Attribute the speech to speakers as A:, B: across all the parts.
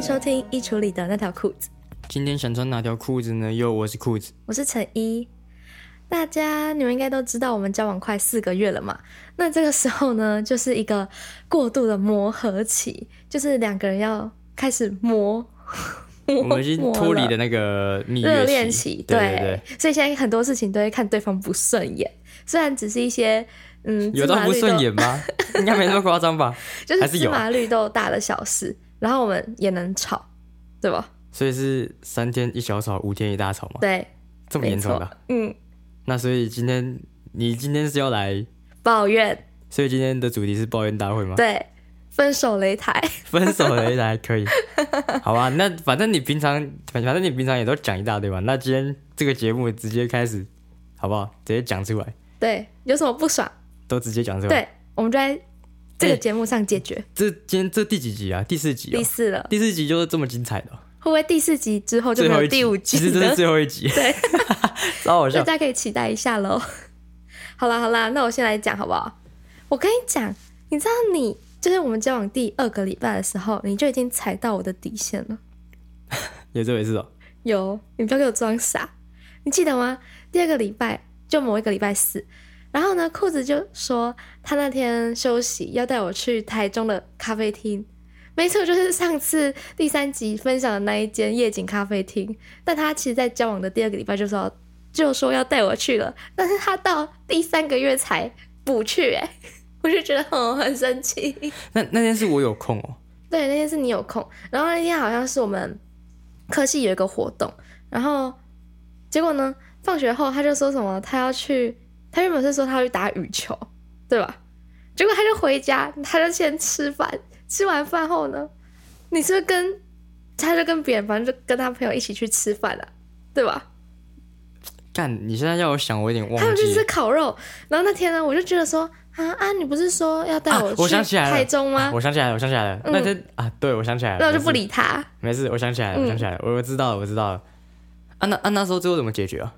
A: 收听《衣橱里的那条裤子》，
B: 今天想穿哪条裤子呢？哟，我是 裤子。
A: 我是陈一。大家你们应该都知道，我们交往快四个月了嘛。那这个时候呢，就是一个过度的磨合期，就是两个人要开始磨。
B: 我们已经脱离
A: 了
B: 了那个蜜
A: 热
B: 月
A: 恋期，
B: 对对
A: 所以现在很多事情都会看对方不顺眼，虽然只是一些嗯，
B: 有
A: 芝
B: 到
A: 麻
B: 不
A: 绿
B: 顺
A: 豆，
B: 眼吗？ 应该没那么夸张吧？
A: 就是
B: 还是
A: 芝
B: 有啊
A: 麻绿豆大的小事，然后我们也能吵，对吧？
B: 所以是三天一小吵，五天一大吵吗？
A: 对，
B: 这么
A: 没
B: 严重
A: 错
B: 的啊、，
A: 嗯，
B: 那所以今天你今天是要来，
A: 抱怨，
B: 所以今天的主题是抱怨大会吗？
A: 对，分手擂台，
B: 分手了来可以，好吧？那反正你平常反反正你平常也都讲一大堆嘛，那今天这个节目直接开始，好不好？直接讲出来，
A: 对，有什么不爽，
B: 都直接讲出来。
A: 对，我们就在这个
B: 嗯哎
A: 节目上解决。
B: 这今天这第几集啊？第四集、哦。
A: 第四了，
B: 第四集就是这么精彩的哦、
A: 会不会第四集之后就
B: 最
A: 没
B: 后
A: 有
B: 一集
A: 第五集
B: 其实这
A: 了
B: 是最后一集，
A: 对，
B: 超好
A: 大
B: 笑。
A: 家可以期待一下喽。 好啦好啦，那我先来讲好不好？我跟你讲，你知道你就是我们交往第二个礼拜的时候，你就已经踩到我的底线了。
B: 有这回事哦，
A: 有，你不要给我装傻，你记得吗？第二个礼拜就某一个礼拜四，然后呢，裤子就说他那天休息要带我去台中的咖啡厅。没错，就是上次第三集分享的那一间夜景咖啡厅，但他其实，在交往的第二个礼拜就说就说要带我去了，但是他到第三个月才补去、哎， 我就觉得很很生气。
B: 那那天是我有空哦，
A: 对，那天是你有空，然后那天好像是我们科系有一个活动，然后结果呢，放学后他就说什么他要去，他原本是说他要去打羽球，对吧？结果他就回家，他就先吃饭，吃完饭后呢，你是不是跟他就跟别人，反正就跟他朋友一起去吃饭了、对吧？
B: 干，你现在要我想，我有点
A: 他
B: 忘
A: 们去
B: 记
A: 吃
B: 了。
A: 烤肉，然后那天呢，我就觉得说啊啊，你不是说要带
B: 啊我想
A: 去
B: 起来了
A: 台中吗？
B: 啊我想起来了，我想起来了，
A: 嗯
B: 那天啊，对我想起来了，
A: 那我就
B: 没事
A: 不理他。
B: 没事，我想起来了，
A: 嗯
B: 我想起来了，我我知道了，我知道了。啊，那啊那时候最后怎么解决啊？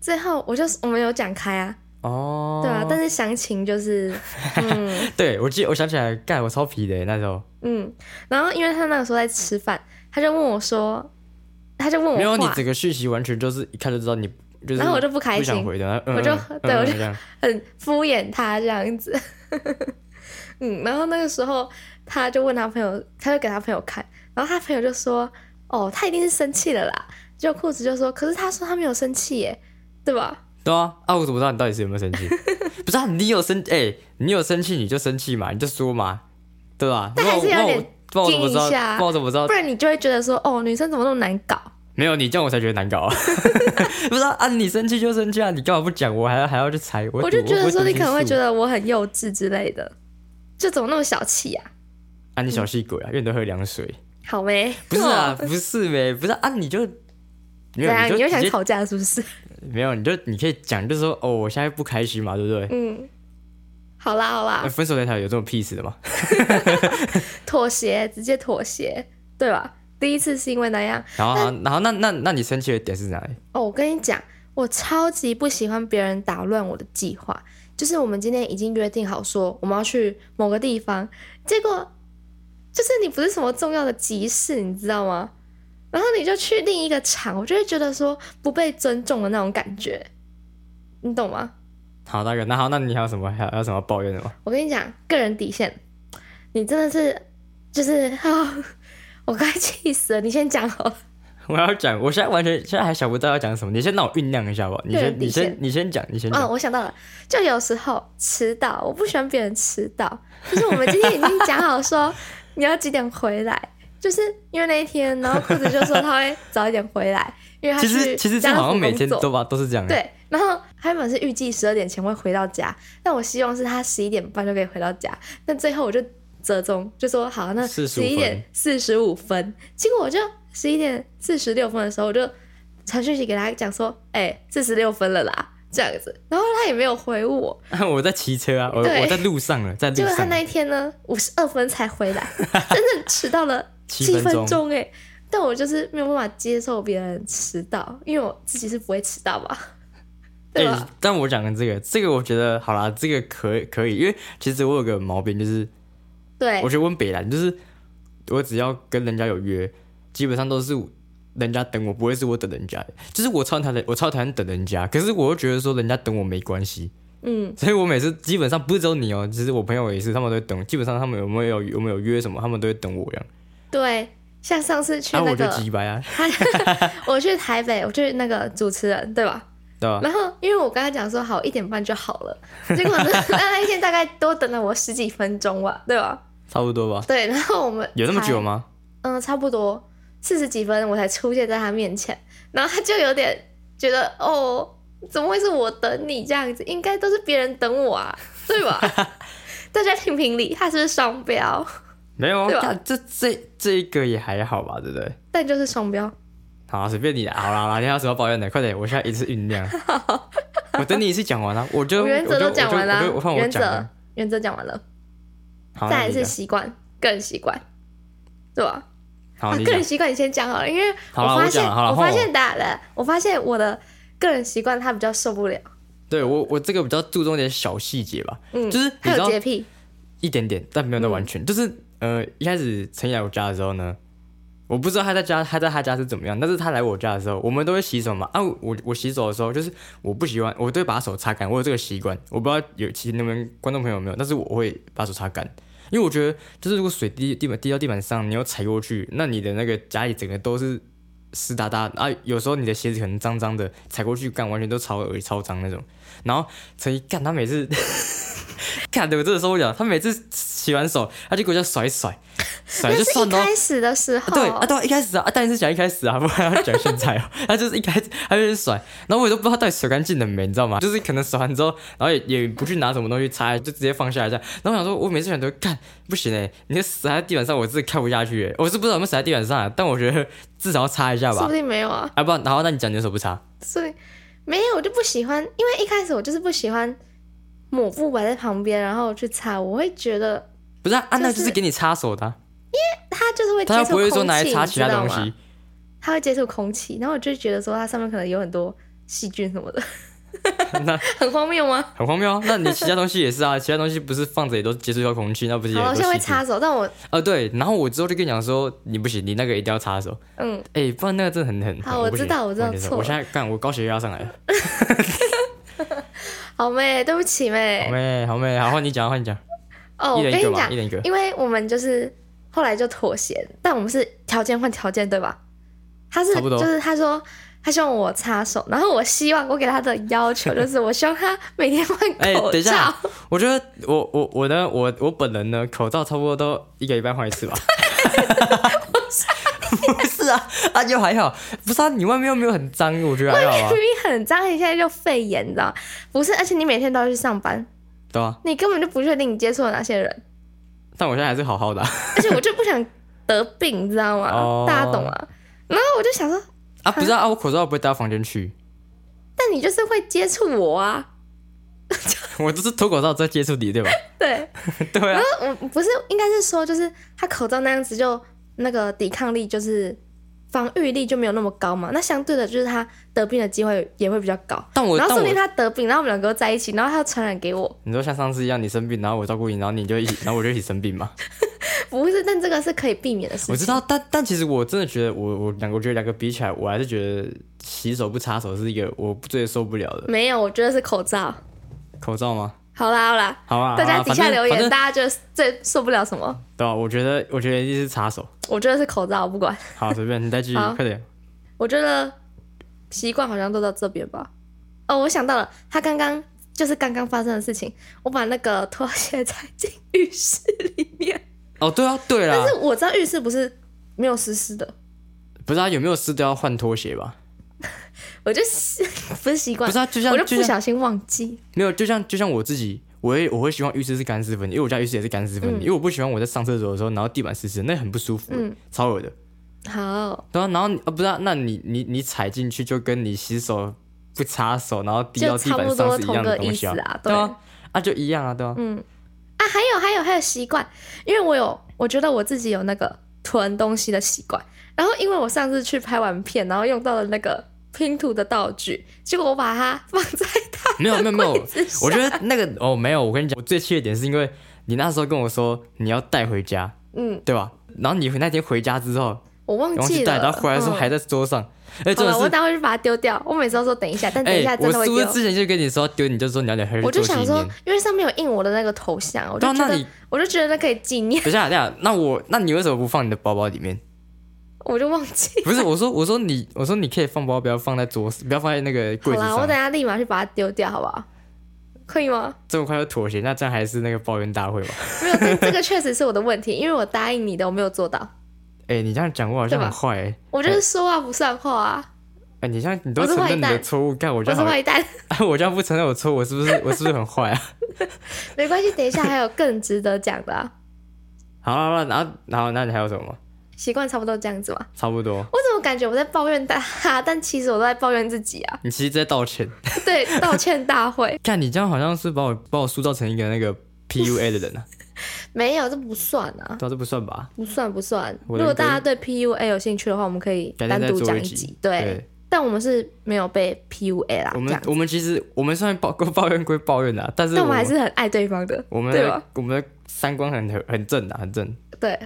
A: 最后我就是我们有讲开啊，
B: 哦，
A: 对啊，但是详情就是，嗯
B: 对我记得我想起来了，干我超皮的那时候，
A: 嗯，然后因为他那个时候在吃饭，他就问我说，他就问
B: 没有
A: 我
B: 你
A: 话，
B: 整个讯息完全就是一看就知道你就是，
A: 然后我就不开
B: 不
A: 心
B: 想，回的，嗯
A: 我就
B: 嗯
A: 对我
B: 嗯
A: 就
B: 这样
A: 很敷衍他这样子， 嗯，然后那个时候他就问他朋友，他就给他朋友看，然后他朋友就说，哦，他一定是生气了啦，结果裤子就说，可是他说他没有生气耶，对吧？
B: 对啊，啊我怎么知道你到底是有没有生气？ 不是啊，你有生哎，你有生气你就生气嘛，你就说嘛，对吧？
A: 但还是
B: 不然
A: 有
B: 我
A: 点
B: 不然我不然我怎么知
A: 惊
B: 道？
A: 一下
B: 不然我怎么知道
A: 不？然你就会觉得说，哦，女生怎么那么难搞？
B: 没有你这样我才觉得难搞 啊！ 不是啊，啊你生气就生气啊，你干嘛不讲？我还要还要去猜？我
A: 我就
B: 赌
A: 觉得
B: 我
A: 说
B: 赌
A: 你可能会
B: 输
A: 觉得我很幼稚之类的，就怎么那么小气呀、
B: 啊你小
A: 嗯
B: 气鬼啊，因为你都喝凉水。
A: 好没？
B: 不是啊，不是呗，不是啊，你就没
A: 怎
B: 有
A: 样？
B: 就
A: 你又想
B: 直接
A: 吵架是不 是？
B: 没有，你就你可以讲，就说哦，我现在不开心嘛，对不对？
A: 嗯，好啦好
B: 那
A: 啦，
B: 分手擂台有这么 peace 的吗？
A: 妥协，直接妥协，对吧？第一次是因为那样
B: 然后，然后然后那那那你生气的点是哪里？
A: 哦，我跟你讲，我超级不喜欢别人打乱我的计划。就是我们今天已经约定好说我们要去某个地方，结果就是你不是什么重要的急事，你知道吗？然后你就去另一个场，我就会觉得说不被尊重的那种感觉，你懂吗？
B: 好，大哥，那好，那你还有什么还有还有什么抱怨的 吗？
A: 我跟你讲，个人底线，你真的是就是 啊、我快气死了！你先讲好了，
B: 我要讲，我现在完全现在还想不到要讲什么，你先让我酝酿一下吧。你
A: 对
B: 先，你
A: 底
B: 先
A: 线，
B: 你先讲，你先
A: 哦，
B: 讲。
A: 我想到了，就有时候迟到，我不喜欢别人迟到。就是我们今天已经讲好说你要几点回来，就是因为那一天，然后裤子就说他会早一点回来，因为他
B: 其
A: 去
B: 实其实这
A: 家
B: 样
A: 乐
B: 好
A: 福
B: 像每
A: 工
B: 天
A: 作
B: 都吧都是这样。，
A: 对，然后他原本是预计十二点前会回到家，但我希望是他十一点半就可以回到家，但最后我就折中，就说好，那
B: 45
A: 十一点四十五分，结果我就十一点四十六分的时候，我就传讯息给他讲说，哎、4四十六分了啦，这样子，然后他也没有回我，
B: 我在骑车啊，我
A: 对
B: 我在路上了，在路
A: 结果他
B: 上。
A: 那一天呢，五十二分才回 来，真正迟到了
B: 七分钟
A: 钟哎、但我就是没有办法接受别人迟到，因为我自己是不会迟到嘛，对吧？
B: 欸但我讲的这个，这个我觉得好啦，这个可以可以，因为其实我有个毛病，就是
A: 对
B: 我，觉得问北兰就是我只要跟人家有约，基本上都是人家等我，不会是我等人家的。就是我超讨厌，我超讨厌等人家，可是我又觉得说人家等我没关系，
A: 嗯，
B: 所以我每次基本上不是只有你哦，其实我朋友也是，他们都会等。基本上他们有没有有没有约什么，他们都会等我一样。
A: 对，像上次去
B: 然后、
A: 那
B: 我就
A: 个，
B: 急 白啊，
A: 我去台北，我去那个主持人，对吧？
B: 对吧？
A: 然后因为我跟他讲说好一点半就好了，结果呢 那那一天大概多等了我十几分钟吧，对吧？
B: 差不多吧。
A: 对，然后我们
B: 有那么
A: 才
B: 久吗？
A: 嗯，差不多四十几分我才出现在他面前，然后他就有点觉得哦，怎么会是我等你这样子？应该都是别人等我啊，对 吧？大家评评理，他是不是双标？
B: 没有啊
A: 对吧，
B: 干这这这一个也还好吧，对不对？
A: 但就是双标，
B: 好、啊，随便你啦，好啦，啦，你还有什么抱怨的？快点，我现在一次酝酿。我等你一次讲完啊，我就
A: 我哦原则都讲完
B: 我
A: 啦
B: 就我就我放，我
A: 原
B: 讲
A: 则
B: 啊。
A: 原则讲完了，
B: 好，啊
A: 再来
B: 你
A: 是
B: 讲
A: 习惯，个人习惯，对吧？
B: 好，
A: 啊，
B: 你
A: 个
B: 讲
A: 人习惯你先讲好了，因为
B: 好啦
A: 我发现
B: 我讲了好啦
A: 我
B: 换
A: 发
B: 我
A: 现打了，我发现我的个人习惯他比较受不了，
B: 对我我这个比较注重一点小细节吧，
A: 嗯，
B: 就是你
A: 他有
B: 知
A: 嗯
B: 道
A: 洁癖，
B: 一点点，但没有到完全。就是呃，一开始陈怡来我家的时候呢，我不知道他在家他在他家是怎么样，但是他来我家的时候，我们都会洗手嘛。啊，我我洗手的时候，就是我不喜欢，我都会把手擦干，我有这个习惯。我不知道有其实那边观众朋友有没有，但是我会把手擦干。因为我觉得，就是如果水滴地板滴到地板上，你要踩过去，那你的那个家里整个都是湿哒哒啊。有时候你的鞋子可能脏脏的，踩过去干完全都超恶超脏那种。然后陈怡干，他每次看，对我真的受不了。他每次洗完手，他就给我这样甩一甩，甩
A: 那
B: 就是算
A: 一
B: 了哦。
A: 开始的时候，
B: 啊对啊，对啊，一开始啊，啊当然是讲一开始啊， 不然要讲现在哦、 他就是一开始他就是甩，然后我也都不知道他到底甩干净了没，你知道吗？就是可能甩完之后，然后也也不去拿什么东西擦，就直接放下来这样。然后我想说，我每次想都干不行哎、你甩在地板上，我真的看不下去、欸。我是不知道有没有甩在地板上、啊，但我觉得至少要擦一下
A: 说
B: 吧
A: 不。定没有啊，
B: 啊，不然，然后那你讲你为什么不擦？
A: 所以没有我就不喜欢，因为一开始我就是不喜欢抹布摆在旁边，然后去擦，我会觉得
B: 不是啊，啊那
A: 就是
B: 就是给你擦手的啊、
A: 它就是会接
B: 他又
A: 触
B: 不
A: 空
B: 会
A: 气，
B: 说拿来擦
A: 你
B: 其
A: 知
B: 他
A: 道
B: 东
A: 吗？
B: 西。
A: 它会接触空气，然后我就觉得说它上面可能有很多细菌什么的，
B: 那
A: 很荒谬吗？
B: 很荒谬啊！那你其他东西也是啊，其他东西不是放着也都接触到空气，那不是也
A: 好了，我
B: 都细
A: 现在会
B: 菌？
A: 擦手，但我
B: 啊，对，然后我之后就跟你讲说，你不行，你那个一定要擦手，
A: 嗯，
B: 哎、不然那个真的很很。
A: 好
B: 很
A: 我
B: 不
A: 知
B: 行
A: 道我知道
B: 不能接受
A: 错
B: 我
A: 了
B: 现在干，我高血压上来了。
A: 好妹，对不起
B: 好
A: 妹，
B: 妹，好妹，好换你讲，换你讲，
A: 哎哦，
B: 一
A: 我跟
B: 人一个
A: 你
B: 嘛，
A: 讲
B: 一，人一个。
A: 因为我们就是后来就妥协，但我们是条件换条件，对吧？他是
B: 差不多
A: 就是他说他希望我插手，然后我希望我给他的要求就是我希望他每天换
B: 哎
A: 口
B: 等一
A: 罩
B: 下，我觉得我我我呢，我我本人呢，口罩差不多都一个礼拜换一次吧。 不是啊，啊就还好，不是啊，你外面又没有很脏，我觉得还好啊
A: 明，明很脏，你现在就肺炎，你知道吗？不是，而且你每天都要去上班，
B: 对啊，
A: 你根本就不确定你接触了哪些人，
B: 但我现在还是好好的啊。
A: 而且我就不想得病，你知道吗？
B: 哦
A: 大家懂吗？然后我就想说，
B: 啊不是啊，啊我口罩不会带到房间去，
A: 但你就是会接触我啊，
B: 我就是脱口罩再接触你，对吧？
A: 对。
B: 对啊，
A: 我不是，应该是说，就是他口罩那样子就那个抵抗力，就是防御力就没有那么高嘛。那相对的，就是他得病的机会也会比较高。
B: 但我
A: 然后
B: 但
A: 说
B: 我
A: 不定他得病，然后我们两个又在一起，然后他又传染给我。
B: 你说像上次一样，你生病，然后我照顾你，然后你就 一起，然后我就一起生病嘛。
A: 不是，但这个是可以避免的事情。
B: 我知道，但但其实我真的觉得我，我两个，我觉得两个比起来，我还是觉得洗手不擦手是一个我最受不了的。
A: 没有，我觉得是口罩。
B: 口罩吗？
A: 好啦好啦，
B: 好啊，
A: 大
B: 好
A: 家
B: 啊
A: 底下留
B: 反
A: 言，
B: 正反
A: 大家就最受不了什么？
B: 正对啊，我觉得我觉得一定是擦手。
A: 我觉得是口罩，我不管。
B: 好，随便你再继续，
A: 好
B: 快点。
A: 我觉得习惯好像都到这边吧。哦，我想到了，他刚刚就是刚刚发生的事情，我把那个拖鞋踩进浴室里面，
B: 哦，对啊，对啦
A: 但，是我知道浴室不是没有湿湿的，
B: 不是啊，有没有湿都要换拖鞋吧？
A: 我就习 不是习惯，
B: 不是啊，就像
A: 我就
B: 就
A: 不
B: 像
A: 小心忘记。
B: 没有，就像就像我自己，我会我会希望浴室是干湿分离，因为我家浴室也是干湿分
A: 嗯
B: 离，因为我不喜欢我在上厕所的时候，然后地板湿湿的，那很不舒服，超恶的。
A: 好，
B: 对啊，然后你啊，不是、啊，那你你你踩进去就跟你洗手不擦手，然后滴到
A: 就
B: 地
A: 差
B: 板
A: 不
B: 上
A: 多
B: 是一
A: 同
B: 样的
A: 个
B: 东
A: 意
B: 西
A: 思
B: 啊，
A: 啊，
B: 对
A: 对
B: 啊，啊就一样啊，对啊，
A: 啊，还有还有还有习惯，因为我有，我觉得我自己有那个囤东西的习惯。然后因为我上次去拍完片，然后用到了那个拼图的道具，结果我把它放在它
B: 没有没有没有
A: 柜，子上。
B: 哦我觉得那个哦没有，我跟你讲，我最气的点是因为你那时候跟我说你要带回家，
A: 嗯，
B: 对吧？然后你那天回家之后，
A: 我忘
B: 忘
A: 记
B: 记带，
A: 了。
B: 然后回来的时候
A: 嗯
B: 还在桌上，
A: 好
B: 哎，真的
A: 了，我
B: 是，
A: 待会就把它丢掉。我每次都说等一下，但等一
B: 哎、
A: 下真
B: 我
A: 的会
B: 是
A: 丢。
B: 不是之前就跟你说丢，你就说你要拿回去
A: 我就
B: 做
A: 想
B: 纪
A: 说
B: 念？，
A: 因为上面有印我的那个头像，我就
B: 对啊
A: 觉
B: 那
A: 得
B: 你，
A: 我就觉得那可以纪念，
B: 等一下，等一下，那我，那你为什么不放你的包包里面？
A: 我就忘记。
B: 不是，我说，我说你，我说你可以放包，不要放在桌，不要放在那个
A: 好
B: 柜子
A: 啦，我等
B: 上。
A: 下立马去把它丢掉，好不好？可以吗？
B: 这么快就妥协，那这样还是那个抱怨大会 吧？
A: 没有，这这个确实是我的问题，因为我答应你的，我没有做到。
B: 哎、你这样讲我好像
A: 对吧
B: 很坏、哎
A: 我就是说话不算话啊，
B: 哎、你这样你都
A: 我是
B: 承认你
A: 坏
B: 的
A: 蛋
B: 错误，干 我
A: 我
B: 这
A: 是
B: 样好
A: 坏蛋。
B: 像， 我这样不承认我错，误，我是不是我是不是很坏啊？
A: 没关系，等一下还有更值得讲的、啊。
B: 好了好了，然后然后那你还有什么吗？
A: 习惯差不多这样子嘛。
B: 差不多，
A: 我怎么感觉我在抱怨大哈，但其实我都在抱怨自己啊。
B: 你其实在道歉。
A: 对，道歉大会
B: 看你这样好像是把我把我塑造成一个那个 PUA 的 人啊，
A: 没有，这不算啊，
B: 对啊，这不算吧？
A: 不算不算。
B: 我
A: 如
B: 的
A: 果大家对 PUA 有兴趣的话，我们可以
B: 改
A: 单
B: 天再
A: 独
B: 做
A: 讲一
B: 一集啊
A: 集。对，但我们是没有被 PUA 啦，
B: 我
A: 这样
B: 们我们其实我们虽然抱抱怨归抱怨啊，但是
A: 但我们还是很爱对方的，
B: 我们
A: 对
B: 的
A: 吧？
B: 我们的三观很很很正啊，很正。
A: 对，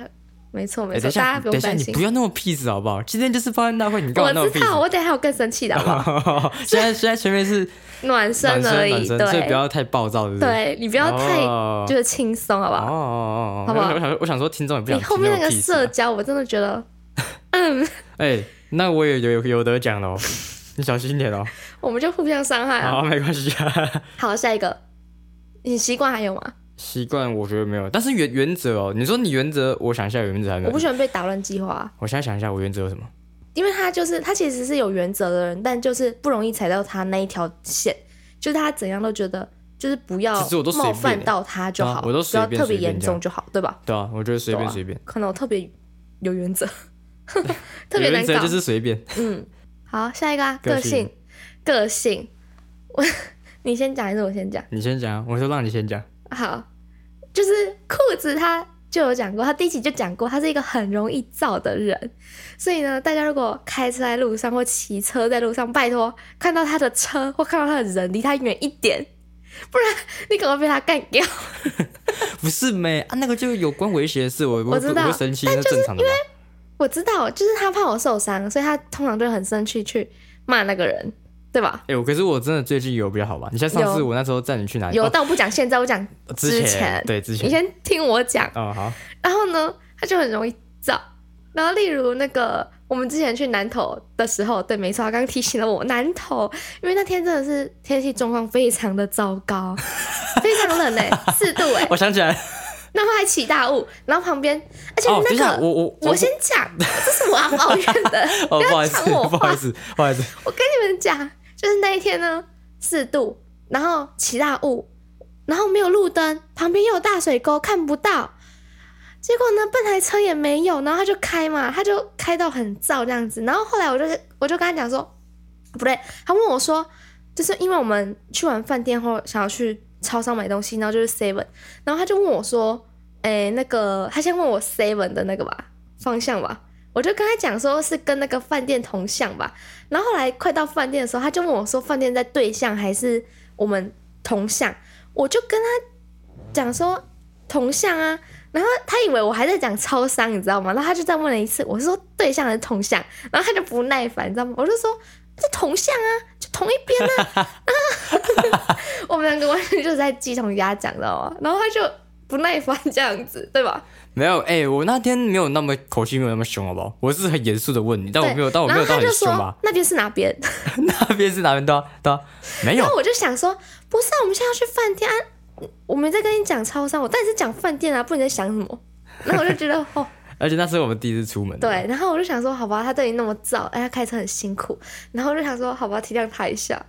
A: 没错
B: 哎、
A: 没错，
B: 等一
A: 大
B: 下，
A: 家不
B: 等一
A: 用
B: 下，
A: 担
B: 你
A: 心
B: 不。要那么 peace 好不好？今天就是抱怨大会，你干嘛那
A: 我
B: 么
A: 知道，
B: peace？
A: 我等一下有更生气的好 不好
B: 现在现在前面是
A: 暖
B: 暖
A: 身
B: 身
A: 而
B: 暖
A: 已，
B: 身，所以不
A: 对，
B: 要太暴躁，是不是？
A: 对你不要太
B: 哦
A: 就是轻松，好不
B: 哦
A: 好？
B: 哦哦，
A: 好不好
B: 我想我想说，听众也不想
A: 你后面那个
B: 听
A: 社
B: 种 peace 啊
A: 交，我真的觉得
B: 哎、那我也有有有得奖 喽，你小心一点哦。
A: 我们就互相伤害啊。
B: 好，没 关系啊。
A: 好，下一个，你习惯还有吗？
B: 习惯我觉得没有，但是原原则哦，你说你原则，我想一下原则还没有。
A: 我不喜欢被打乱计划啊，
B: 我现在想一下，我原则有什么？
A: 因为他就是他其实是有原则的人，但就是不容易踩到他那一条线，就是他怎样都觉得就是不要
B: 其实我都随
A: 冒
B: 便
A: 犯
B: 欸
A: 到他就
B: 对啊
A: 好，
B: 我都
A: 不要
B: 随便
A: 特别
B: 随便
A: 严
B: 这样
A: 重就好，对吧？
B: 对啊，我觉得随便
A: 对啊
B: 随便，
A: 可能我特别有原 则，特别难
B: 原则
A: 搞。
B: 就是随便。
A: 嗯，好，下一个啊，
B: 个
A: 个性
B: 性，
A: 个性， 我你先讲还是我先讲？
B: 你先讲，啊我说让你先讲。
A: 好，就是裤子他就有讲过，他第一集就讲过，他是一个很容易躁的人，所以呢，大家如果开车在路上或骑车在路上，拜托看到他的车或看到他的人，离他远一点， 不然你可能会被他干掉。
B: 不是没啊，那个就有关威胁的事，我我
A: 我知道
B: 会生气，那正常的吧？
A: 我知道，就是他怕我受伤，所以他通常就很生气去骂那个人，对吧？
B: 哎、我可是我真的最近有比较好吧？你像上次
A: 有
B: 我那时候载你去哪里？
A: 有，
B: 哦
A: 但我不讲现在，我讲
B: 之
A: 之前
B: 对之前。
A: 你先听我讲。
B: 哦好，
A: 然后呢，他就很容易躁。然后例如那个我们之前去南投的时候，对，没错，他刚提醒了我南投，因为那天真的是天气状况非常的糟 糕，非常冷哎、四度哎、
B: 我想起来，
A: 然后还起大雾，然后旁边，而且
B: 哦，等
A: 那
B: 一下，
A: 个、
B: 我我
A: 我先讲，这是我要抱怨的。
B: 哦，不好意思，
A: 抢我
B: 不好意思，不好意思，
A: 我跟你们讲，就是那一天呢，四度，然后起大雾，然后没有路灯，旁边又有大水沟，看不到。结果呢，半台车也没有，然后他就开嘛，他就开到很燥这样子。然后后来我就是，我就跟他讲说，不对，他问我说，就是因为我们去完饭店后想要去超商买东西，然后就是 seven，然后他就问我说，哎，那个他先问我 seven 的那个吧方向吧，我就跟他讲说是跟那个饭店同向吧，然后后来快到饭店的时候，他就问我说：“饭店在对向还是我们同向？”啊我就跟他讲说：“同向啊。”然后他以为我还在讲超商，你知道吗？然后他就再问了一次，我是说对向还是同向？啊然后他就不耐烦，你知道吗？我就说：“这同向啊，就同一边啊。 啊”我们两个完全就是在鸡同鸭讲，知道吗？然后他就不耐烦这样子，对吧？
B: 没有，哎、我那天没有那么口气，没有那么凶，好不好？我是很严肃的问你，但我
A: 对，
B: 哦没有，但我没
A: 然后
B: 有到
A: 他就
B: 很凶
A: 说
B: 吧？
A: 那边是哪边？
B: 那边是哪边？对啊，对啊，没有
A: 然，后我就想说，不是啊，我们现在要去饭店啊，我没在跟你讲超商，我但是讲饭店啊，不然你在想什么？ 然后我就觉得哦，
B: 而且那是我们第一次出门。
A: 对，，然后我就想说，好吧，他对你那么燥，哎，他开车很辛苦，然后我就想说，好吧，体谅他一下，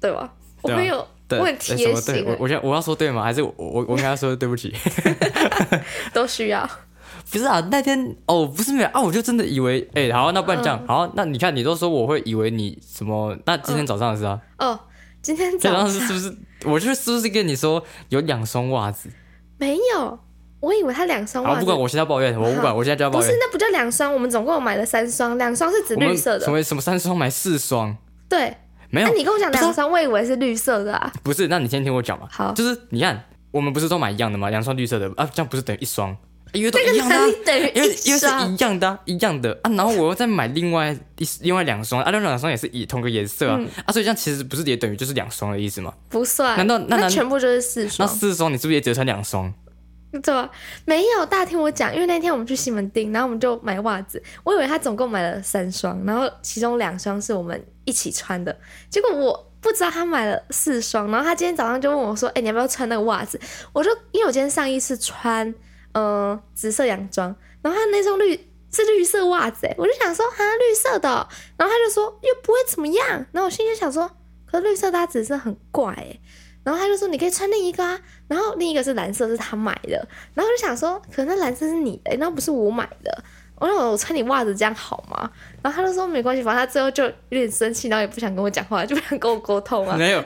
A: 对吧？我
B: 对啊
A: 朋友，
B: 对，
A: 我很
B: 哎
A: 贴
B: 什么对
A: 心
B: 我，我现在我要说对吗？还是我我我跟他说对不起？
A: 都需要。
B: 不是啊，那天哦，不是没有啊，我就真的以为，哎、好啊、那不然这
A: 嗯
B: 样，好啊、那你看你都说我会以为你什么？那今天早上的事啊，
A: 哦，今天
B: 今天早
A: 早
B: 上是是不是？我就是不是跟你说有两双袜子？
A: 没有，我以为他两双
B: 好，
A: 袜
B: 啊不
A: 子，嗯
B: 管，我现在抱怨，我不管，我现在就要
A: 不
B: 抱
A: 是
B: 怨。，
A: 那不叫两双，我们总共买了三双，两双是指
B: 我们
A: 绿色
B: 什
A: 的，
B: 么什么三双买四双？
A: 对。
B: 没
A: 那、
B: 有，
A: 你跟我讲
B: 不是啊
A: 两双，我以为是绿色的啊。
B: 不是，那你先听我讲吧。
A: 好
B: 就是你看，我们不是都买一样的吗？两双绿色的啊，这样不是等于一双？因为都
A: 那
B: 一
A: 个
B: 样的啊、
A: 哪里等于
B: 因为
A: 一
B: 因为是
A: 双
B: 一样的啊、一样的啊，然后我又再买另外一另外两双，啊，另外两双也是以同个颜色
A: 嗯
B: 啊，啊，所以这样其实不是也等于就是两双的意思吗？
A: 不算？
B: 难道那
A: 那
B: 难
A: 全部就是啊四双
B: 那？四双你是不是也只穿两双？
A: 对吧？没有，大家听我讲，因为那天我们去西门町，然后我们就买袜子，我以为他总共买了三双，然后其中两双是我们一起穿的，结果我不知道他买了四双，然后他今天早上就问我说：“哎、你要不要穿那个袜子？”我就因为我今天上衣是穿呃紫色洋装，然后他那双绿是绿色袜子，哎，我就想说哈绿色的哦、然后他就说又不会怎么样，然后我心里就想说，可是绿色搭紫色很怪哎。然后他就说你可以穿另一个啊，然后另一个是蓝色，是他买的。然后我就想说，可能那蓝色是你的、欸那不是我买的。我说我穿你袜子这样好吗？然后他就说没关系，反正他最后就有点生气，然后也不想跟我讲话，就不想跟我沟通啊。
B: 没有，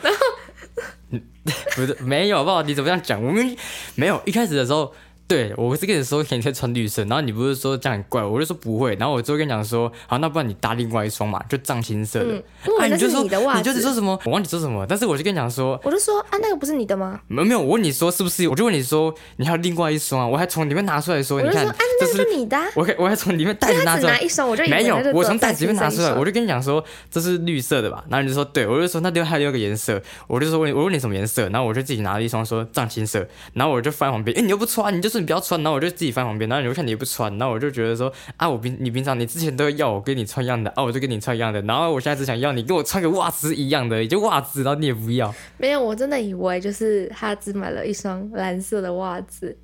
B: 不是没有，爸爸，你怎么这样讲？我们没有一开始的时候，对我是跟你说你可以穿绿色，然后你不是说这样很怪，我就说不会，然后我就跟你讲说，好，那不然你搭另外一双嘛，就藏青色的。
A: 嗯因为我
B: 啊，
A: 那
B: 你就是说
A: 你的袜子
B: 你就是说什么？我忘记说什么，但是我就跟你讲说，
A: 我就说啊，那个不是你的吗？
B: 没有没有，我问你说是不是？我就问你说，你还有另外一双啊？我还从里面拿出来说，
A: 我
B: 你
A: 就说
B: 看
A: 啊，，
B: 这
A: 那个
B: 是
A: 是你的、啊。
B: 我可以我还从里面袋
A: 所以
B: 子
A: 他
B: 拿
A: 只
B: 出来
A: 拿，一双，我就以为
B: 没有
A: 他就，
B: 我
A: 只
B: 从袋子里面
A: 三
B: 拿
A: 星
B: 出来，
A: 三
B: 我
A: 双
B: 就跟你讲说这是绿色的吧，然后你就说对，我就说那另外还有一个颜色，我就说问你我问你什么颜色，然后我就自己拿了一双说藏青色，然后我就翻旁边，哎、你又不穿，你就说你不要穿，然后我就自己翻旁边，然后你就看你也不穿，然后我就觉得说啊，我平你平常你之前都会要我跟你穿一样的，啊，我就跟你穿一样的，然后我现在只想要你跟我穿个袜子一样的，也就袜子，然后你也不要，
A: 没有，我真的以为就是他只买了一双蓝色的袜子。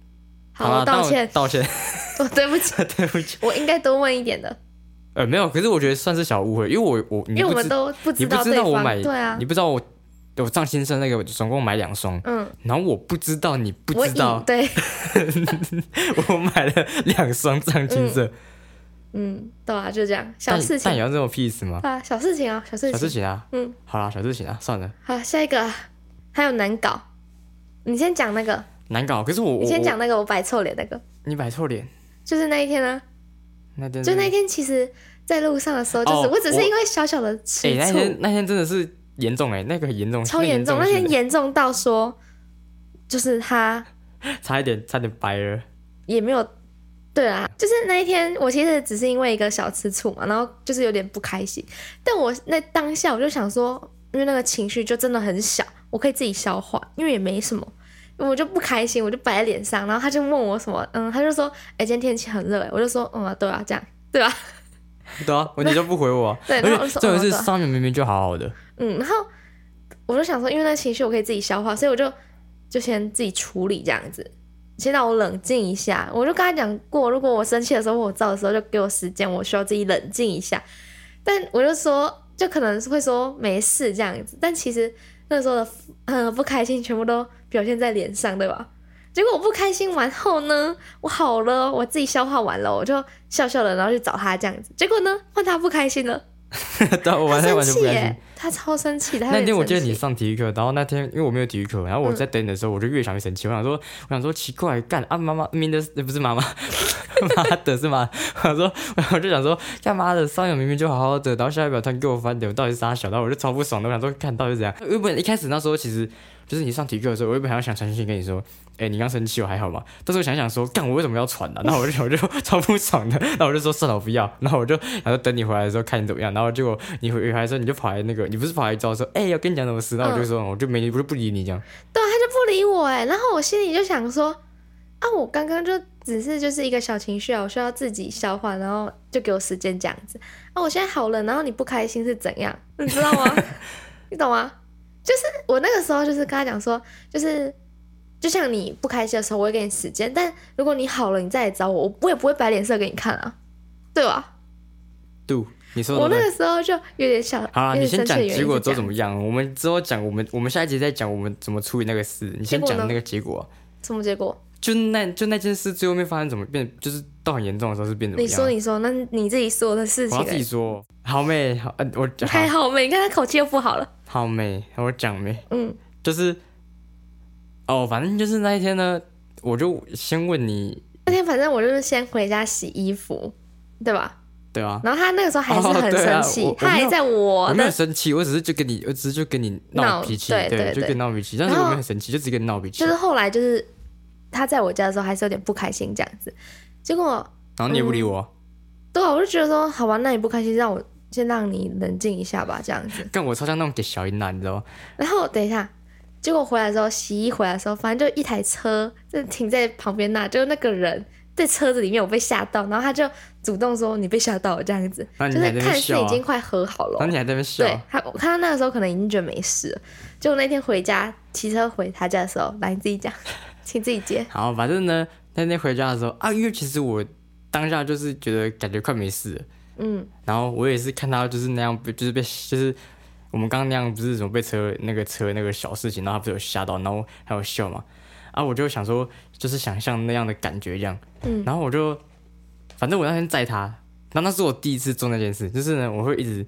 A: 好，
B: 啦
A: 我
B: 但
A: 道
B: 啊我
A: 歉，
B: 道歉，
A: 我对不起，
B: 对不起，
A: 我应该多问一点的，
B: 呃，没有，可是我觉得算是小误会，因为我我
A: 因
B: 你
A: 为
B: 不
A: 我
B: 知
A: 们都不
B: 你
A: 知
B: 不
A: 道
B: 知
A: 对
B: 道我
A: 方。
B: 买，
A: 对啊
B: 你，不知道我我藏先生那个总共买两双，
A: 嗯，
B: 然后我不知道你不
A: 我
B: 知
A: 以
B: 道
A: 对，
B: 我买了两双藏青色，
A: 嗯，对啊，就这样，小
B: 但
A: 事
B: 但
A: 情
B: 也要这么 peace 吗？
A: 啊，小事情啊，小事
B: 小事
A: 情。
B: 情啊，
A: 嗯，
B: 好啦，小事情啊，算了，
A: 好，下一个啊还有难搞，你先讲那个，
B: 难搞。可是我
A: 你
B: 我
A: 先
B: 我
A: 讲那个，我摆臭脸那个，
B: 你摆错脸，
A: 就是那一天呢，
B: 那真的
A: 就是那一天，其实在路上的时候，就是
B: 嗯哦
A: 我只是
B: 我
A: 因为小小的吃
B: 哎、那天
A: 醋，
B: 那天真的是严重哎、那个很严重，
A: 超严哦重，那
B: 那
A: 天
B: 严
A: 严重到说，就是他
B: 差一点差点掰了，
A: 也没有，对啊，就是那一天，我其实只是因为一个小吃醋嘛，然后就是有点不开心。但我那当下我就想说，因为那个情绪就真的很小，我可以自己消化，因为也没什么。我就不开心，我就摆在脸上，然后他就问我什么，嗯，他就说，哎、今天天气很热，哎，我就说，嗯、啊，对啊，这样，对吧、
B: 对啊，我你就不回我、啊，
A: 对
B: 而
A: 然后我就说
B: 且重点是
A: 哦对啊
B: 上面明明就好好的，
A: 嗯，然后我就想说，因为那情绪我可以自己消化，所以我就就先自己处理这样子，先让我冷静一下。我就跟他讲过，如果我生气的时候或我躁的时候，就给我时间，我需要自己冷静一下。但我就说，就可能是会说没事这样子，但其实那时候的嗯不开心全部都表现在脸上，对吧？结果我不开心完后呢，我好了，我自己消化完了，我就笑笑的，然后去找他这样子。结果呢，换他不开心了。
B: 对啊，
A: 他
B: 我完全
A: 生
B: 完全
A: 气
B: 不开心
A: 耶。，他超生气的。他有
B: 那
A: 点
B: 天我记得
A: 生
B: 你
A: 气
B: 上体育课，然后那天因为我没有体育课，然后我在等你的时候，我就越想越生气。我想说，我想说奇怪，干啊妈妈，明的是不是妈妈， 妈的是妈。 我想说，我就想说，干妈的上友明明就好好的，然后下一秒突然给我翻脸，我到底是啥小？然后我就超不爽的，我想说，看到底是怎样？原本一开始那时候其实就是你上体育课的时候，我原本还要想传讯跟你说。哎、你刚生气，我还好吗？但是我想一想说，干我为什么要传呢、啊？然后我就我 就超不爽的，然后我就说算了，我不要。然后我就然后等你回来的时候看你怎么样。然后结果你回来的时候，你就跑来那个，你不是跑来招说，哎、要跟你讲什么事？然后我就
A: 嗯
B: 说，我就没，我就不理你这样。
A: 对啊，他就不理我哎，然后我心里就想说，啊，我刚刚就只是就是一个小情绪啊，我需要自己消化，然后就给我时间这样子。啊，我现在好了，然后你不开心是怎样？你知道吗？ 你懂吗？就是我那个时候就是跟他讲说，就是就像你不开心的时候，我会给你时间，但如果你好了，你再来找我，我我也不会摆脸色给你看啊，对吧？
B: 度，你说
A: 我
B: 的
A: 那
B: 对
A: 个时候就有点小，
B: 好啦，
A: 有
B: 你
A: 点
B: 先
A: 生气
B: 讲
A: 的原因
B: 结果
A: 是这
B: 之后
A: 样
B: 怎么样？我们之后讲，我们我们下一集再讲我们怎么处理那个事。你
A: 结
B: 先
A: 果
B: 讲
A: 呢
B: 那个结果啊、
A: 什么结果？
B: 就那就那件事最后面发生怎么变，就是到很严重的时候是变怎么
A: 你
B: 样？
A: 说，你说，那你自己说的事
B: 我
A: 情、
B: 要自己
A: 欸，
B: 说。好妹，好，呃、我好
A: 还好没？你看他口气又不好了。
B: 好妹，我讲妹。
A: 嗯
B: 就是哦，反正就是那一天呢，我就先问你，
A: 那天反正我就是先回家洗衣服，对吧？
B: 对啊，
A: 然后他那个时候还是很生气，
B: 哦对啊我
A: 他还在我
B: 我没有
A: 的，
B: 生气，我只是就跟你，我只是就跟你闹
A: 闹
B: 脾气，
A: 对对
B: 就
A: 对
B: 跟你闹脾气，但是
A: 然后
B: 我没有生气，就只是跟你闹脾气
A: 就是。后来就是他在我家的时候还是有点不开心这样子。结果
B: 然后你也不理我，
A: 对啊，我就觉得说，好吧，那你不开心，让我先让你冷静一下吧，这样子。
B: 干我超像那种给小姨奶，你知道吗？
A: 然后等一下，结果回来的时候，洗衣回来的时候，反正就一台车就停在旁边那，就是那个人在车子里面，我被吓到，然后他就主动说你被吓到了这样子，
B: 那你
A: 就
B: 还
A: 是
B: 在那
A: 看
B: 边
A: 似
B: 笑
A: 已
B: 啊
A: 经快和好了
B: 然后。你还在那边笑，
A: 对他，我看他那个时候可能已经觉得没事了。结果那天回家，骑车回他家的时候，来你自己讲，请自己接。
B: 好，反正呢，那天回家的时候啊，因为其实我当下就是觉得感觉快没事了，
A: 嗯，
B: 然后我也是看他就是那样被，就是被，就是我们刚刚那样不是什么被车那个车那个小事情，然后他不是有吓到，然后还有笑嘛，啊，我就想说，就是想象那样的感觉一样，
A: 嗯
B: 然后我就，反正我那天载他，然后那是我第一次做那件事，就是呢，我会一直。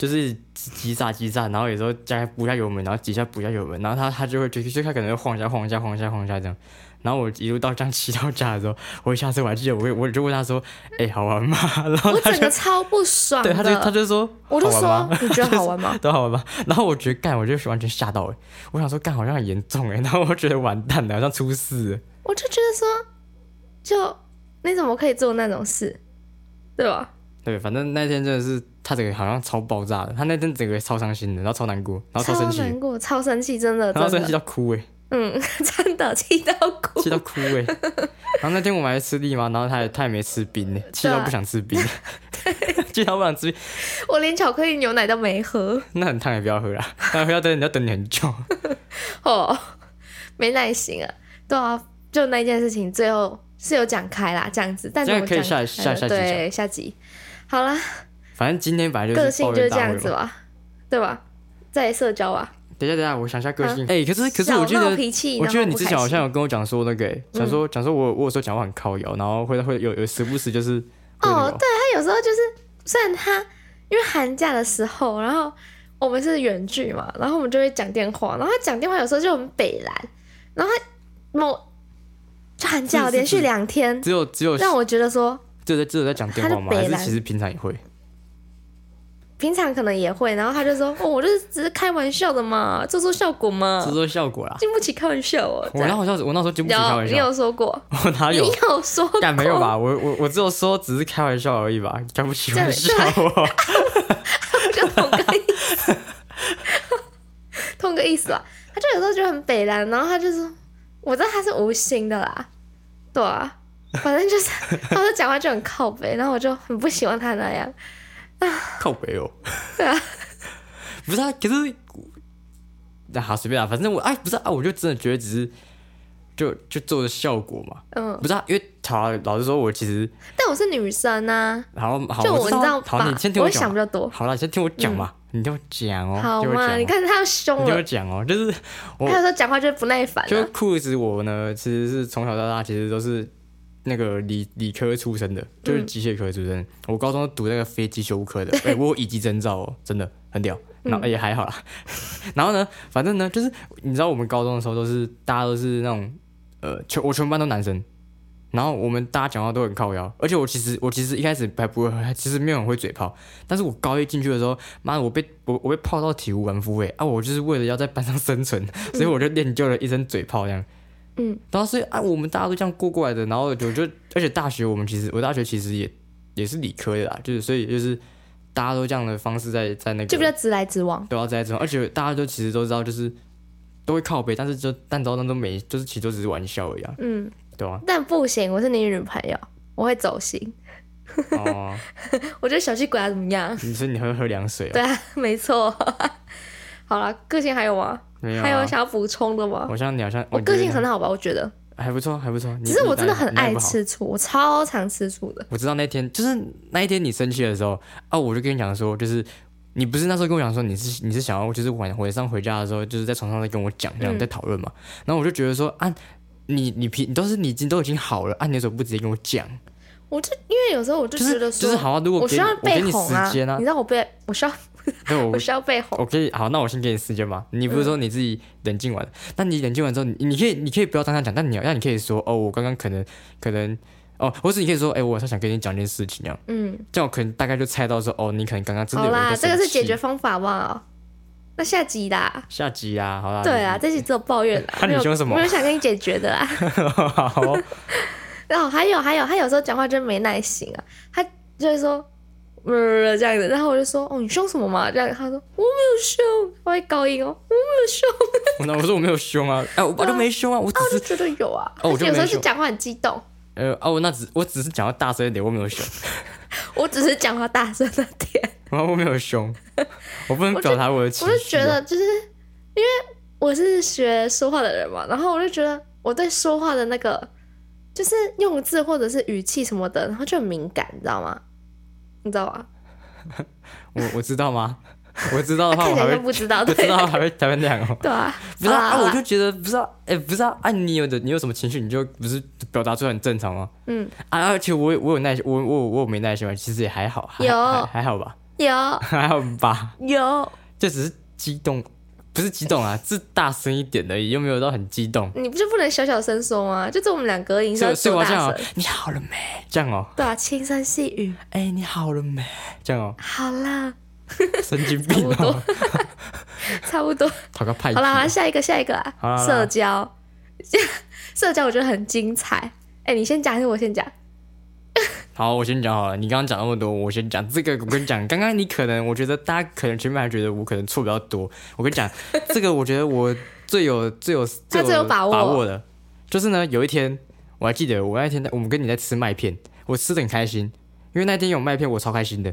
B: 就是急刹急刹，然后有时候加补一下油门，然后急一下补一下油门，然后他他就会就就他可能会晃一下晃一下晃一下晃一下这样，然后我一路到这样骑到家的时候，我一下车我还记得我会我就问他说，哎、好玩吗？ 然后
A: 我
B: 他就
A: 整个超不爽
B: 对，
A: 的。
B: 他就他就说，
A: 我就
B: 好
A: 说
B: 玩吗
A: 你觉得好玩吗？
B: 都好玩吧。然后我觉得干，我就完全吓到哎、我想说干好像很严重哎、 然后我觉得完蛋了，好像出事了。
A: 我就觉得说，就你怎么可以做那种事，对吧？
B: 对，反正那天真的是他整个好像超爆炸的，他那天整个超伤心的，然后超难过，然后
A: 超
B: 超生气，
A: 难过，超生气，真的，
B: 然后
A: 真
B: 生气
A: 的，
B: 到哭哎、
A: 嗯， 真的气到哭
B: 气。到 哭哎、然后那天我们还吃力嘛，然后他也他也没吃冰
A: 啊
B: 哎、气到不 想吃冰，气到不想吃冰，
A: 我连巧克力牛奶都没喝，
B: 那很烫也不要喝啦，那不要等你要等你很久。
A: 哦， 没耐心啊。对啊，就那件事情最后是有讲开啦，这样子，但是
B: 这
A: 我
B: 样可以
A: 讲开
B: 下下
A: 了
B: 下集
A: 对下集，好啦，
B: 反正今天本来就是
A: 个性
B: 抱
A: 就是
B: 怨
A: 这
B: 大会
A: 样子哦
B: 嘛。
A: 吧，对吧？在社交啊，
B: 等一下等一下，我想一下个性。哎、可是可
A: 嗯
B: 是
A: 小
B: 我记得
A: 闹脾气，
B: 我
A: 然
B: 记得
A: 后
B: 你
A: 不
B: 之
A: 开
B: 前好像
A: 心嗯
B: 有跟我讲说那个、欸，讲说讲说我我有时候讲话很靠摇，然后会会有有时不时就是会那
A: 哦
B: 个，
A: 对他有时候就是，虽然他因为寒假的时候，然后我们是远距嘛，然后我们就会讲电话，然后他讲电话有时候就很北蓝，然后他某就寒假
B: 是是
A: 连续
B: 是
A: 两天，
B: 只有只有
A: 让我觉得说
B: 只有在只有在讲电话吗？
A: 他就
B: 还
A: 北
B: 是
A: 兰
B: 其实平常也会？
A: 平常可能也会，然后他就说哦，我就是只是开玩笑的嘛，做做效果嘛
B: 制，作效果啦。
A: 经不起开玩笑哦。这
B: 我那
A: 样
B: 好像我那时候经不起开
A: 有
B: 玩
A: 你
B: 笑，
A: 有说过，
B: 我哪
A: 你
B: 有？
A: 有说过，
B: 但没有吧？我我我只有说只是开玩笑而已吧，经不起玩笑哦。
A: 就同个意思，同个意思吧。他就有时候就很北蓝，然后他就说，我知道他是无心的啦，对啊，反正就是他说讲话就很靠北，然后我就很不喜欢他那样。
B: 靠北哦。
A: 对啊，
B: 不是啊，可是那好随便啊，反正我哎不是啊，我就真的觉得只是就就做的效果嘛，
A: 嗯，
B: 不是啊，因为好啊老实说，我其实。
A: 但我是女生啊，
B: 好好，
A: 就
B: 我
A: 知道
B: 好，
A: 吧
B: 你先，听
A: 我会
B: 讲
A: 想
B: 嘛。
A: 比较多。
B: 好了，你先听我讲嘛，你听我讲哦，
A: 好
B: 听我讲
A: 嘛，
B: 哦
A: 你，看他要凶
B: 你听我
A: 了，
B: 讲 哦，就是我
A: 他有时候讲话就是不耐烦
B: 就是
A: 啊。
B: 裤子我呢，其实是从小到大其实都是那个理理科出身的，
A: 嗯
B: 就是机械科出身。我高中读那个飞机修科的， 哎、我有乙级证照哦，真的很屌。
A: 嗯
B: 然后也、哎还好啦， 然后呢，反正呢，就是你知道我们高中的时候都是大家都是那种呃，全我全班都男生，然后我们大家讲话都很靠腰，而且我其实我其实一开始还不会，还其实没有很会嘴炮，但是我高一进去的时候，妈的，我被我我被泡到体无完肤哎、啊，我就是为了要在班上生存， 所以我就练就了一身嘴炮这样。
A: 嗯，
B: 然后所以啊，我们大家都这样过过来的，然后我就而且大学我们其实我大学其实也也是理科的啦，就是所以就是大家都这样的方式在在那个
A: 就比较直来直往，
B: 都要在这种，而且大家都其实都知道就是都会靠背，但是就但都但都没就是其实都只是玩笑而已啊，
A: 嗯，
B: 对吧、
A: 但不行，我是你女朋友，我会走心，
B: 哦，
A: 我觉得小气鬼啊怎么样？
B: 你说你喝喝凉水、哦，
A: 对啊，没错。 好了，个性还有吗？
B: 没有、啊？
A: 还有想要补充的吗？
B: 我像你好像
A: 我
B: 哦
A: 个
B: 你
A: 性
B: 有点
A: 很好吧，我觉得。
B: 还不错，还不错。你
A: 只是
B: 你
A: 我真的
B: 哪里
A: 很
B: 哪里
A: 爱
B: 不好
A: 吃醋，我超常吃醋的。
B: 我知道那天就是那一天你生气的时候啊，我就跟你讲说，就是你不是那时候跟我讲说你是你是想要就是晚晚上回家的时候，就是在床上在跟我讲这样
A: 嗯
B: 在讨论嘛，然后我就觉得说啊，你你皮你都是你已经都已经好了啊，你为什么不直接跟我讲？
A: 我就因为有时候我就
B: 就
A: 觉
B: 是
A: 得
B: 就
A: 说，
B: 是好啊，如果
A: 我
B: 给
A: 需
B: 你
A: 要
B: 我给
A: 被
B: 你
A: 哄
B: 时间啊
A: 你，让我被，我需要
B: 对我
A: 我需要被哄。
B: 我可以好，那我先给你时间吧。你不是说
A: 嗯
B: 你自己冷静完，那、你冷静完之后，你你可以你可以不要当下讲，但你要那你可以说哦，我刚刚可能可能哦，或是你可以说哎、我晚上想跟你讲件事情啊，
A: 嗯，
B: 这样我可能大概就猜到说哦，你可能刚刚真的
A: 好
B: 有一
A: 啦，
B: 个
A: 这个是
B: 生气
A: 解决方法吧？那下集啦。
B: 下集啊，好 啦。
A: 对啊，这集只有抱怨 啦，
B: 看你
A: 没有
B: 凶什么
A: 没有想跟你解决的啦。
B: 好哦，
A: 然后还有还有，他有时候讲话真没耐心啊，他就会说，呃这样子，然后我就说，哦，你凶什么嘛？这样他说我没有凶，他会高音哦，我没有凶，
B: 我那我说我没有凶啊，哎、我爸就没凶啊，我只
A: 我就是觉得有啊。
B: 哦我
A: 而
B: 就
A: 且有时候
B: 没凶
A: 是讲话很激动，
B: 呃哦，那只我只是讲要大声一点，我没有凶，
A: 我只是讲话大声了点。
B: 然后我没有凶，我不能表达我的情
A: 我
B: 绪、
A: 就
B: 啊
A: 觉得就是因为我是学说话的人嘛，然后我就觉得我对说话的那个就是用字或者是语气什么的，然后就很敏感，你知道吗？你知道吗？
B: 我我知道吗？我知道
A: 他看起
B: 的话，我哦还
A: 来就
B: 会
A: 不知道，
B: 不
A: 对
B: 知道还会还会那样哦、
A: 对啊，
B: 不是啊
A: 好啦
B: 啊，
A: 好啦
B: 我就觉得不知道，哎、不知道啊，你有的你有什么情绪，你就不是表达出来很正常吗？
A: 嗯，
B: 啊，而且我有我有耐心，我我有我有没耐心吗？其实也还好，还
A: 有
B: 还还好吧，
A: 有
B: 还好吧，
A: 有，
B: 就只是激动，不是激动啊，是大声一点而已，又没有到很激动。
A: 你不就不能小小声说吗？就是我们两个音
B: 所
A: 要
B: 以所以我
A: 多
B: 好像
A: 大
B: 哦
A: 声？，
B: 你好了没？这样哦，
A: 对啊，轻声细语，
B: 哎、你好了没？这样哦，
A: 好啦，
B: 神经病
A: 差不
B: 哦
A: 多，差不多。
B: 讨个派
A: 好啦，好啦，
B: 系。
A: 下一个，下一个啊
B: 好啦好啦
A: 社交， 社交我觉得很精彩。哎、你先讲还是我先讲？
B: 好，我先讲好了。你刚刚讲那么多，我先讲这个。我跟你讲，刚刚你可能，我觉得大家可能前面还觉得我可能错比较多。我跟你讲，这个我觉得我最有最有
A: 他最有把握
B: 把握的，就是呢，有一天我还记得，我那天在我们跟你在吃麦片，我吃的很开心，因为那天有麦片，我超开心的，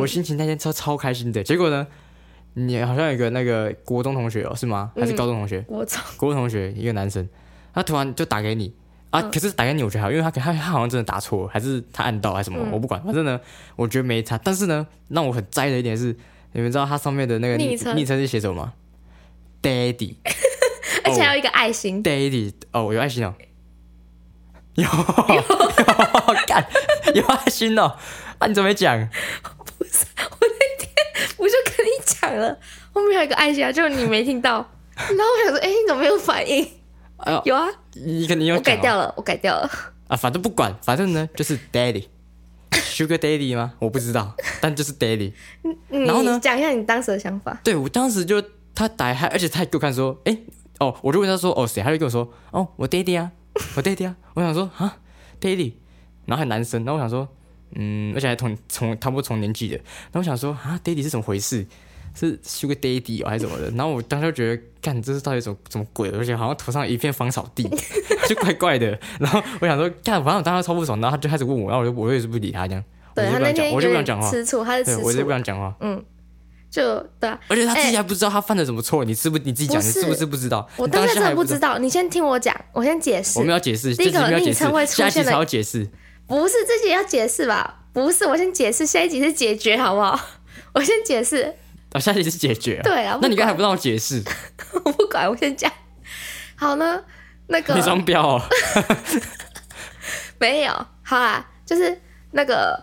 B: 我心情那天超超开心的。结果呢，你好像有一个那个国中同学哦，是吗？还是高中同学？
A: 我操，
B: 国文同学一个男生，他突然就打给你啊，
A: 嗯
B: 可是打给你我觉得还好，因为他他他好像真的打错了，还是他按到还是
A: 嗯
B: 什么，我不管，反正呢，我觉得没差。但是呢，让我很栽的一点是，你们知道他上面的那个
A: 昵
B: 昵
A: 称
B: 昵称是写什么吗？Daddy，
A: 而且还有一个爱心，
B: Daddy，哦，有爱 心哦，有有干有爱心哦，啊，你怎么没讲？
A: 我就跟你讲了，后面还有一个爱心啊，就是你没听 到。然后我想说，哎、你怎么没有反应？
B: 哎呦，
A: 有啊，
B: 你肯定有
A: 我改
B: 讲哦
A: 掉了，我改掉了。
B: 啊，反正不管，反正呢就是 Daddy，Sugar Daddy 吗？我不知道，但就是 Daddy。
A: 你
B: 然后呢
A: 讲一下你当时的想法。
B: 对我当时就他打开，而且他还给我看说，哎、哦，我就问他说，哦谁？他就跟我说，哦我爹爹啊，我爹爹啊。 我想说啊，爹地，然后还男生，然后我想说，嗯，而且还同同差不多同年纪的，然后我想说啊，爹地是怎么回事？是 Sugar Daddy 哦，还是怎么的？然后我当时就觉得，干，这是到底怎么怎么鬼？而且好像头上一片芳草地， 就怪怪的。然后我想说，干，反正我当时超不爽，然后他就开始问我，然后我就我也是不理他这样，
A: 对
B: 我就
A: 他
B: 不
A: 那
B: 想讲，
A: 天有
B: 我就不想
A: 点
B: 讲话，
A: 吃醋，他是
B: 对
A: 吃
B: 我就不
A: 醋，
B: 想讲话。
A: 就对啊。
B: 而且他自己还不知道他犯了什么错，你知不？你自己讲，
A: 不
B: 你
A: 是
B: 是不是不知道？
A: 我
B: 你
A: 当时
B: 下
A: 真的
B: 还
A: 不
B: 不
A: 知。道，你先听我讲，我先解释
B: 我。们要解释，
A: 第一个
B: 这集没有解
A: 昵
B: 释
A: 称会，出
B: 下
A: 现
B: 一集
A: 的
B: 才要解释。
A: 不是自己要解释吧？不是，我先解释，下一集是解决，好不好？ 我先解释，
B: 啊，下一集是解决。
A: 对啊不
B: 那你刚才
A: 管
B: 不让我解释，
A: 我 不管，我先讲。好呢，那个
B: 你双标哦。
A: 没有，好啦，就是那个，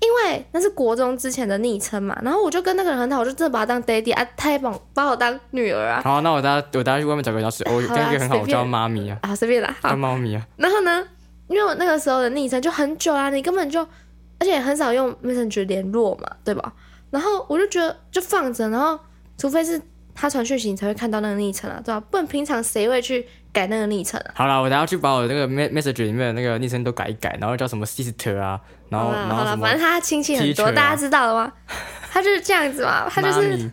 A: 因为那是国中之前的昵称嘛，然后我就跟那个人很好，我就真的把他当 daddy 啊，他也把我把我当女儿啊，
B: 好，那我大家我大家去外面找个人 聊天，我
A: 好
B: 跟
A: 啦
B: 一个很好，
A: 随
B: 我
A: 便
B: 叫妈咪啊，
A: 啊随便啦，好
B: 叫，猫咪啊。
A: 然后呢，因为我那个时候的昵称就很久啊，你根本就，而且很少用 Messenger 联络嘛，对吧？然后我就觉得就放着，然后除非是他传讯息，你才会看到那个昵称啊，对吧？不然平常谁会去改那个昵称啊？
B: 好了，我等下去把我那个 me- message 里面的那个昵称都改一改，然后叫什么 sister 啊，然后
A: 好啦
B: 然
A: 嗯好
B: 后
A: 啦，
B: 什么
A: 反正他亲戚很多，
B: teacher 啊
A: 大家知道了 吗？他就是这样子嘛，他就是
B: 妈咪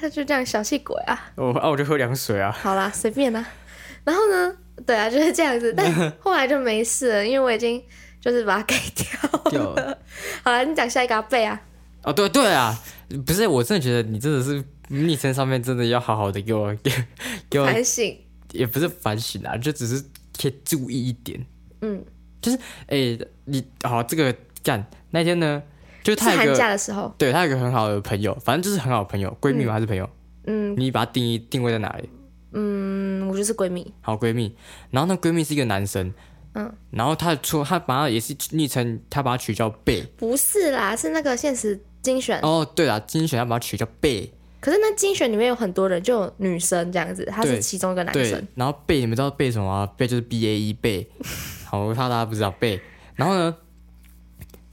A: 他就这样小气鬼啊。
B: 我啊，我就喝凉水啊。
A: 好啦，随便啦。然后呢，对啊，就是这样子。 但后来就没事了，因为我已经就是把它改掉
B: 掉
A: 了。
B: 了
A: 好了，你讲下一个啊背啊。
B: 哦，对对啊，不是，我真的觉得你真的是昵称上面真的要好好的给我给给我
A: 反省。
B: 也不是反省啊，就只是可以注意一点。
A: 嗯，
B: 就是哎、你好、这个干那天呢，就是
A: 是
B: 他有一
A: 寒
B: 个
A: 假的时候，
B: 对他有一个很好的朋友，反正就是很好的朋友，闺蜜吗？还是朋友？
A: 嗯
B: 你把它定义定位在哪里？
A: 嗯，我就是闺蜜，
B: 好闺蜜，然后那闺蜜是一个男生，
A: 嗯，
B: 然后他出他把他也是昵称，他把它取叫贝。
A: 不是啦，是那个现实精选。
B: 哦，对了，精选他把它取叫贝，
A: 可是那精选里面有很多人，就有女生这样子，她是
B: 对
A: 其中一个男
B: 对
A: 生。，
B: 然后贝你们知道贝什么吗？贝就是 B A E 贝，好，我怕大家不知道贝。然后呢，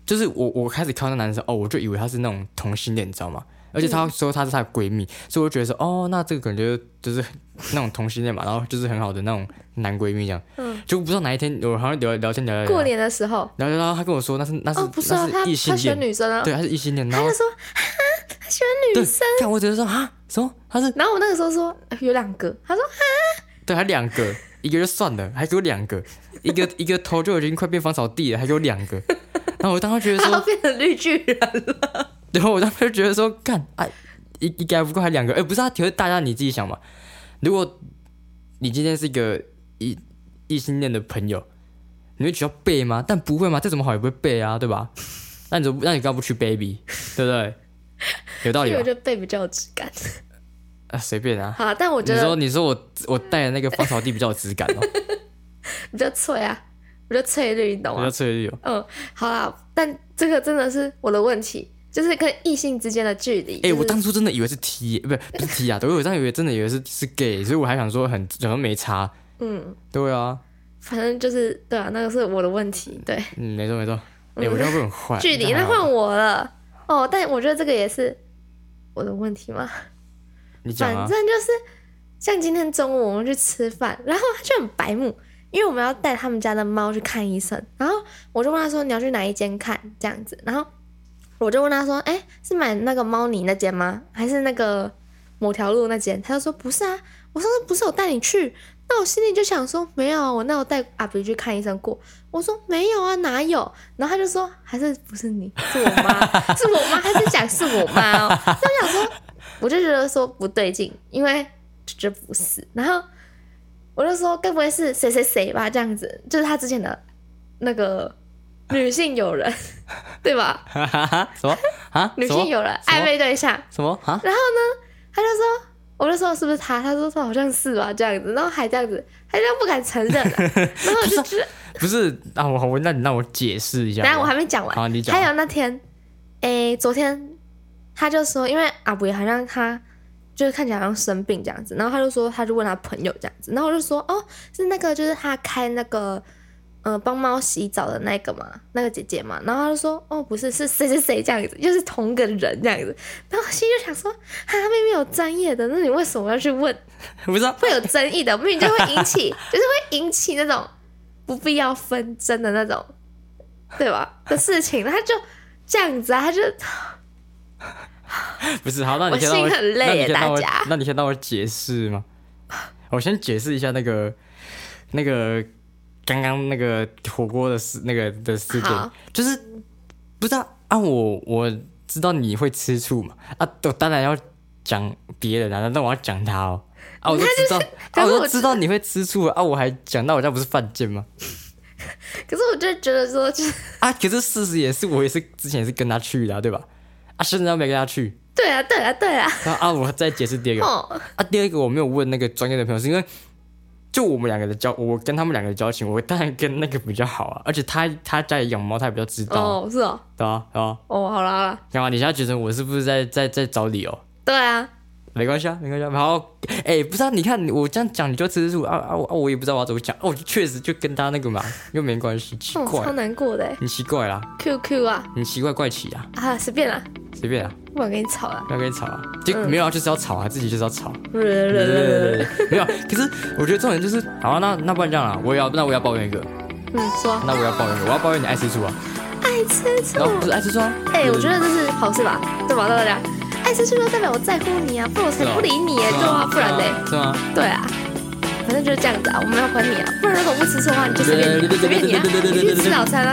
B: 就是我我开始看到那男生哦，我就以为他是那种同性恋，你知道吗？而且她说她是她的闺蜜，所以我就觉得说，哦，那这个感觉就是那种同性恋嘛，然后就是很好的那种男闺蜜这样。
A: 嗯，
B: 就不知道哪一天，我好像聊聊天聊聊
A: 过
B: 聊，
A: 年的时候，
B: 聊聊聊，她跟我说那是那是、
A: 哦，不是
B: 那
A: 啊，
B: 是
A: 他
B: 异
A: 他
B: 性
A: 喜欢
B: 恋，
A: 女生啊，
B: 对，她是异性恋，然
A: 他
B: 后
A: 就说哈，他喜欢女生。
B: 看我只是说啊什么，她是
A: 然后我那个时候说呃有两个，他说
B: 对，还两个， 一个就算了，还给我两个，一个 一个头就已经快变芳草地了，还给我两个。然后我当时觉得
A: 他要
B: 说，
A: 变成绿巨人，
B: 然后我当时觉得说，干啊，一一个还不够，还两个。哎，不是啊，其实大家你自己想嘛，如果你今天是一个异异性恋的朋友，你会需要背吗？但不会吗？再怎么好也不会背啊，对吧？那你就那你干嘛不去 baby，对不对？有道
A: 因
B: 理
A: 为我
B: 吧？
A: 觉得背比较有质感。
B: 啊，随便啊。
A: 好啊，但我觉
B: 你说
A: 得
B: 你说我我带的那个芳草地比较有质感 哦，
A: 比较脆啊，比较翠绿，你懂
B: 比
A: 吗
B: 较？脆弱。
A: 嗯，好啦，但这个真的是我的问题，就是跟异性之间的距离。就
B: 哎、
A: 是
B: 我当初真的以为是 T，不是不是 T 啊，对，我当时以为真的以为是是 gay，所以我还想说很好像没差。
A: 嗯，
B: 对啊，
A: 反正就是对啊，那个是我的问题，对，
B: 嗯，没错没错。哎、我这样会很坏。啊
A: 距离
B: 这
A: 那
B: 样还好
A: 换我了。哦，但我觉得这个也是我的问题嘛，
B: 你讲
A: 反
B: 啊，
A: 正就是像今天中午我们去吃饭，然后他就很白目，因为我们要带他们家的猫去看医生，然后我就问他说你要去哪一间看这样子，然后我就问他说，哎、是买那个猫泥那间吗？还是那个某条路那间？他就说不是啊，我上次不是有带你去。那我心里就想说，没有啊，我那有带阿比去看医生过。我说没有啊，哪有？然后他就说，还是不是你，是我妈，是我妈，还是讲是我妈哦？ 那我想说，我就觉得说不对劲，因为就觉得不是，然后我就说该不会是谁谁谁吧？这样子，就是他之前的那个女性友人， 对吧？
B: 哈哈哈， 什么啊？
A: 女
B: 什么
A: 性友人
B: 什么
A: 暧昧对象，
B: 什么 啊？
A: 他就说，我就说是不是他？他说说好像是吧，这样子，然后还这样子，还这样不敢承 认、啊，然后我就觉得，
B: 不是啊，我我那你让我解释一下
A: 等一
B: 吧。
A: 下我还没讲完，
B: 好，你讲。
A: 还有那天，诶，昨天他就说，因为阿伟好像他就是看起来好像生病这样子，然后他就说，他就问他朋友这样子，然后我就说，哦，是那个就是他开那个呃帮猫洗澡的那个嘛，那个姐姐嘛，然后他就说，哦，不是，是谁谁谁这样子，又是同个人这样子，然后我心里就想说，哈，明明有专业的，那你为什么要去问？
B: 不是、啊，
A: 会有争议的，明明就会引起， 就是会引起那种不必要纷争的那种，对吧？的事情，他就这样子啊，他就
B: 不是好，那你先
A: 我心
B: 让我，
A: 很累
B: 那你
A: 耶
B: 先让我
A: 大家
B: 那你先让我解释吗？ 我先解释一下那个那个刚刚那个火锅的事，那个的事件
A: 好，
B: 就是不知道啊，我我知道你会吃醋嘛，啊，我当然要讲别人啊，但我要讲他哦，啊，我都知道，
A: 可
B: 啊，
A: 是
B: 我
A: 我
B: 都知道你会吃醋啊，我还讲到我家不是犯贱吗？
A: 可是我就觉得说，就是
B: 啊，可是事实也是，我也是之前也是跟他去的、啊，对吧？啊，现在没跟他去，
A: 对啊，对啊，对啊，
B: 然后啊，我再解释第二个，
A: 哦，
B: 啊，第二个我没有问那个专业的朋友，是因为就我们两个的交，我跟他们两个的交情，我当然跟那个比较好啊。而且他他家里养猫，他也比较知道啊，
A: 哦，是哦，
B: 对啊对啊。
A: 哦，好啦好啦，
B: 干嘛？你现在觉得我是不是在在在找理由？
A: 对啊，
B: 没关系啊，没关系、啊。然后，哎、不是啊，你看我这样讲你就吃醋啊啊我啊！我也不知道我要怎么讲，哦、我就确实就跟他那个嘛，又没关系，奇
A: 哦，
B: 怪
A: 超，难过的耶
B: 你奇怪啦，
A: ，QQ 啊，
B: 你奇怪怪奇啊，
A: 啊，随便啦，
B: 随便啊，
A: 不敢跟你吵了，
B: 不要跟你吵啊，就没有啊，就是要吵啊，自己就是要吵。
A: 对
B: 对对对对 对，没有。可是我觉得重点就是，好、啊，那那不然这样啦，我也要，那我也要抱怨一个，
A: 嗯，说
B: 那我要抱怨一个，我要抱怨你爱吃醋啊，
A: 爱吃醋
B: 然，后不是爱吃醋啊，
A: 哎，我觉得这是好事吧，对吧？大家，爱吃醋就代表我在乎你啊，不然我才
B: 是啊
A: 不理你耶，
B: 是
A: 对啊，
B: 吗
A: 不然嘞。
B: 是吗？
A: 对啊，反正就是这样子啊，我没有管你啊，不然如果不吃醋的话，你就随便你啊，随便你啊，你去吃早餐啊。